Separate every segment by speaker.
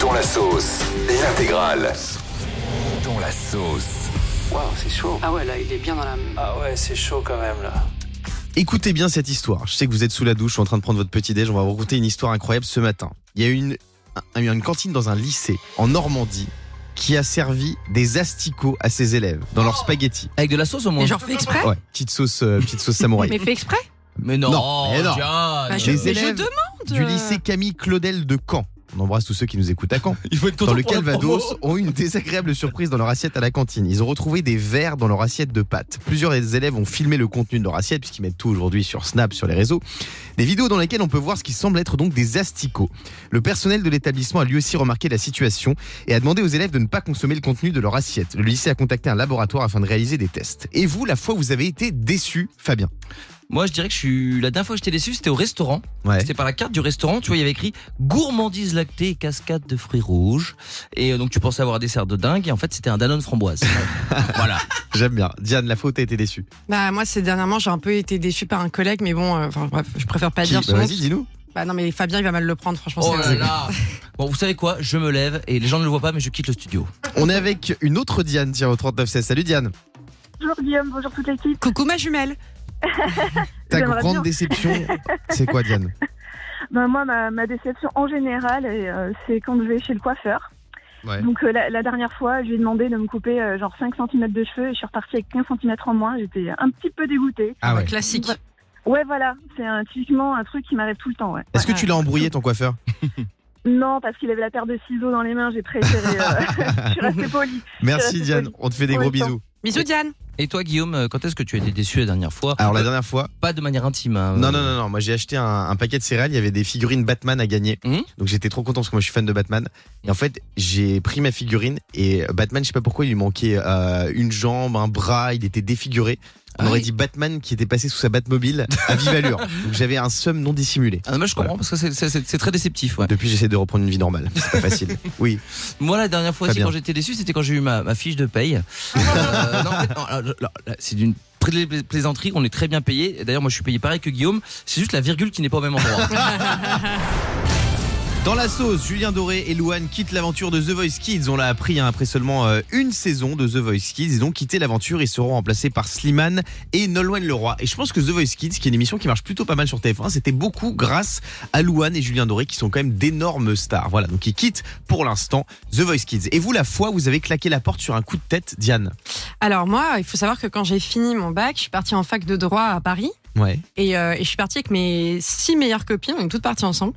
Speaker 1: Dont la sauce. Et l'intégrale.
Speaker 2: Dans la sauce.
Speaker 3: Waouh, c'est chaud.
Speaker 4: Ah ouais, là, il est bien dans la.
Speaker 3: Ah ouais, c'est chaud quand même là.
Speaker 5: Écoutez bien cette histoire. Je sais que vous êtes sous la douche, en train de prendre votre petit déj. On va vous raconter une histoire incroyable ce matin. Il y a une, un- une cantine dans un lycée en Normandie qui a servi des asticots à ses élèves dans leurs spaghettis.
Speaker 4: Oh.
Speaker 2: Avec de la sauce au moins
Speaker 4: Mais genre fait exprès
Speaker 5: Ouais, petite sauce, euh, petite sauce samouraï.
Speaker 4: Mais fait exprès
Speaker 2: Mais non, oh,
Speaker 5: Non, mais non.
Speaker 2: Diane.
Speaker 4: Bah,
Speaker 5: je- Les
Speaker 4: mais
Speaker 5: élèves
Speaker 4: demande euh,
Speaker 5: du lycée Camille Claudel de Caen. On embrasse tous ceux qui nous écoutent à Caen.
Speaker 2: Il faut être content
Speaker 5: dans le
Speaker 2: pour la promo.
Speaker 5: Calvados ont eu une désagréable surprise dans leur assiette à la cantine. Ils ont retrouvé des verres dans leur assiette de pâtes. Plusieurs élèves ont filmé le contenu de leur assiette, puisqu'ils mettent tout aujourd'hui sur Snap, sur les réseaux. Des vidéos dans lesquelles on peut voir ce qui semble être donc des asticots. Le personnel de l'établissement a lui aussi remarqué la situation et a demandé aux élèves de ne pas consommer le contenu de leur assiette. Le lycée a contacté un laboratoire afin de réaliser des tests. Et vous, la fois où vous avez été déçu, Fabien
Speaker 2: Moi, je dirais que je suis. La dernière fois que j'étais déçu, c'était au restaurant.
Speaker 5: Ouais.
Speaker 2: C'était par la carte du restaurant. Tu vois, il y avait écrit gourmandise lactée et cascade de fruits rouges. Et euh, donc, tu pensais avoir un dessert de dingue. Et en fait, c'était un Danone framboise. voilà.
Speaker 5: J'aime bien. Diane, la fois où t'as été déçu
Speaker 4: Bah, moi, ces dernièrement, j'ai un peu été déçu par un collègue, mais bon, euh, enfin, bref, je préfère pas
Speaker 5: Qui
Speaker 4: dire
Speaker 5: Bah,
Speaker 4: son nom.
Speaker 5: Vas-y, dis-nous.
Speaker 4: Bah, non, mais Fabien, il va mal le prendre, franchement.
Speaker 2: Oh
Speaker 4: c'est-
Speaker 2: là là. Bon, vous savez quoi Je me lève et les gens ne le voient pas, mais je quitte le studio.
Speaker 5: On est avec une autre Diane, tiens, au 3916. Salut Diane.
Speaker 6: Bonjour Guillaume, bonjour toute l'équipe.
Speaker 4: Coucou ma jumelle
Speaker 5: Ta
Speaker 6: J'aimerais
Speaker 5: grande
Speaker 6: bien.
Speaker 5: déception, c'est quoi, Diane
Speaker 6: Ben, moi, ma, ma déception en général, et, euh, c'est quand je vais chez le coiffeur.
Speaker 5: Ouais.
Speaker 6: Donc euh, la, la dernière fois, je lui ai demandé de me couper euh, genre 5 cm de cheveux et je suis repartie avec 15 cm en moins. J'étais un petit peu dégoûtée.
Speaker 5: Ah ouais.
Speaker 4: Classique.
Speaker 6: Ouais, voilà, c'est un, typiquement un truc qui m'arrive tout le temps. Ouais.
Speaker 5: Est-ce que tu l'as embrouillé ton coiffeur
Speaker 6: Non, parce qu'il avait la paire de ciseaux dans les mains, j'ai préféré. euh, je suis restée polie.
Speaker 5: Merci
Speaker 6: Euh,
Speaker 5: Diane,
Speaker 6: oui.
Speaker 5: on te fait des
Speaker 6: Pour
Speaker 5: gros
Speaker 6: l'instant.
Speaker 5: bisous.
Speaker 4: Bisous Diane
Speaker 2: Et toi, Guillaume, euh, quand est-ce que tu as été déçu la dernière fois
Speaker 5: Alors la dernière fois,
Speaker 2: Pas de manière intime. hein.
Speaker 5: non non non non, moi j'ai acheté un, un paquet de céréales, il y avait des figurines Batman à gagner,
Speaker 2: Mhm.
Speaker 5: donc j'étais trop content parce que moi je suis fan de Batman. Et en fait j'ai pris ma figurine et Batman, je sais pas pourquoi il lui manquait euh, une jambe, un bras, il était défiguré. On
Speaker 2: Ah
Speaker 5: aurait
Speaker 2: oui.
Speaker 5: dit Batman qui était passé sous sa Batmobile à vive allure. Donc j'avais un seum non dissimulé.
Speaker 2: Ah, non, mais je comprends parce que c'est- c'est c'est- c'est très déceptif. Ouais.
Speaker 5: Depuis j'essaie de reprendre une vie normale, c'est pas facile. Oui,
Speaker 2: Moi, la dernière fois aussi,
Speaker 5: Fabien.
Speaker 2: quand j'étais déçu, c'était quand j'ai eu ma, ma fiche de paye. Euh, non, en fait, non, alors, alors, là, c'est d'une pla- pla- plaisanterie, on est très bien payé. Et D'ailleurs, moi, je suis payé pareil que Guillaume. C'est juste la virgule qui n'est pas au même endroit.
Speaker 5: Dans la sauce, Julien Doré et Louane quittent l'aventure de The Voice Kids. On l'a appris hein, après seulement euh, une saison de The Voice Kids. Ils ont quitté l'aventure et seront remplacés par Slimane et Nolwenn Leroy. Et je pense que The Voice Kids, qui est une émission qui marche plutôt pas mal sur TF1, c'était beaucoup grâce à Louane et Julien Doré, qui sont quand même d'énormes stars. Voilà, donc ils quittent pour l'instant The Voice Kids. Et vous, la fois, où vous avez claqué la porte sur un coup de tête, Diane
Speaker 4: Alors moi, il faut savoir que quand j'ai fini mon bac, je suis partie en fac de droit à Paris
Speaker 5: Ouais.
Speaker 4: et, euh, et je suis partie avec mes six meilleures copines, on est toutes parties ensemble.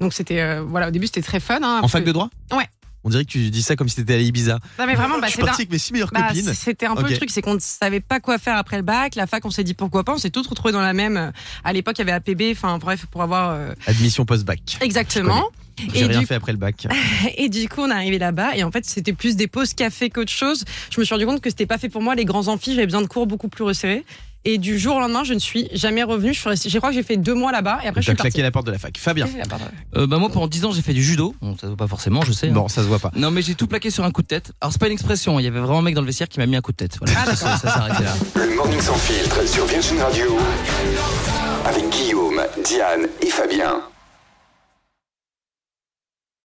Speaker 4: Donc c'était euh, voilà, au début c'était très fun. hein,
Speaker 5: En
Speaker 4: parce
Speaker 5: fac
Speaker 4: que-
Speaker 5: de droit
Speaker 4: Ouais.
Speaker 5: On dirait que tu dis ça comme si t'étais à Ibiza.
Speaker 4: Non mais vraiment, bah,
Speaker 5: je suis
Speaker 4: c'est un-
Speaker 5: parti avec mes six meilleures
Speaker 4: Bah,
Speaker 5: copines.
Speaker 4: C'était un peu
Speaker 5: Ok.
Speaker 4: le truc, c'est qu'on ne savait pas quoi faire après le bac. La fac, on s'est dit pourquoi pas. On s'est tous retrouvés dans la même. euh, À l'époque, il y avait APB, enfin bref, pour avoir. euh,
Speaker 5: Admission post-bac.
Speaker 4: Exactement.
Speaker 5: J'ai
Speaker 4: Et
Speaker 5: rien
Speaker 4: du- Ah,
Speaker 5: fait après le bac.
Speaker 4: Et du coup, on est arrivé là-bas. Et en fait, c'était plus des pauses café qu'autre chose. Je me suis rendu compte que c'était pas fait pour moi. Les grands amphis, j'avais besoin de cours beaucoup plus resserrés. Et du jour au lendemain, je ne suis jamais revenue. Je, suis restée- je crois que j'ai fait deux mois là-bas. Et après, je
Speaker 5: T'as
Speaker 4: suis partie. Ah,
Speaker 5: claqué la porte de la fac. Fabien.
Speaker 2: Euh, bah, moi, pendant 10 ans, j'ai fait du judo. Bon, ça se voit pas forcément, je sais. hein.
Speaker 5: Non, ça se voit pas.
Speaker 2: Non, mais j'ai tout plaqué sur un coup de tête. Alors, c'est pas une expression. hein. Il y avait vraiment un mec dans le vestiaire qui m'a mis un coup de tête. Voilà. ça ça- ça s'est arrêté là.
Speaker 1: Le morning sans filtre sur Virgin Radio. Avec Guillaume, Diane et Fabien.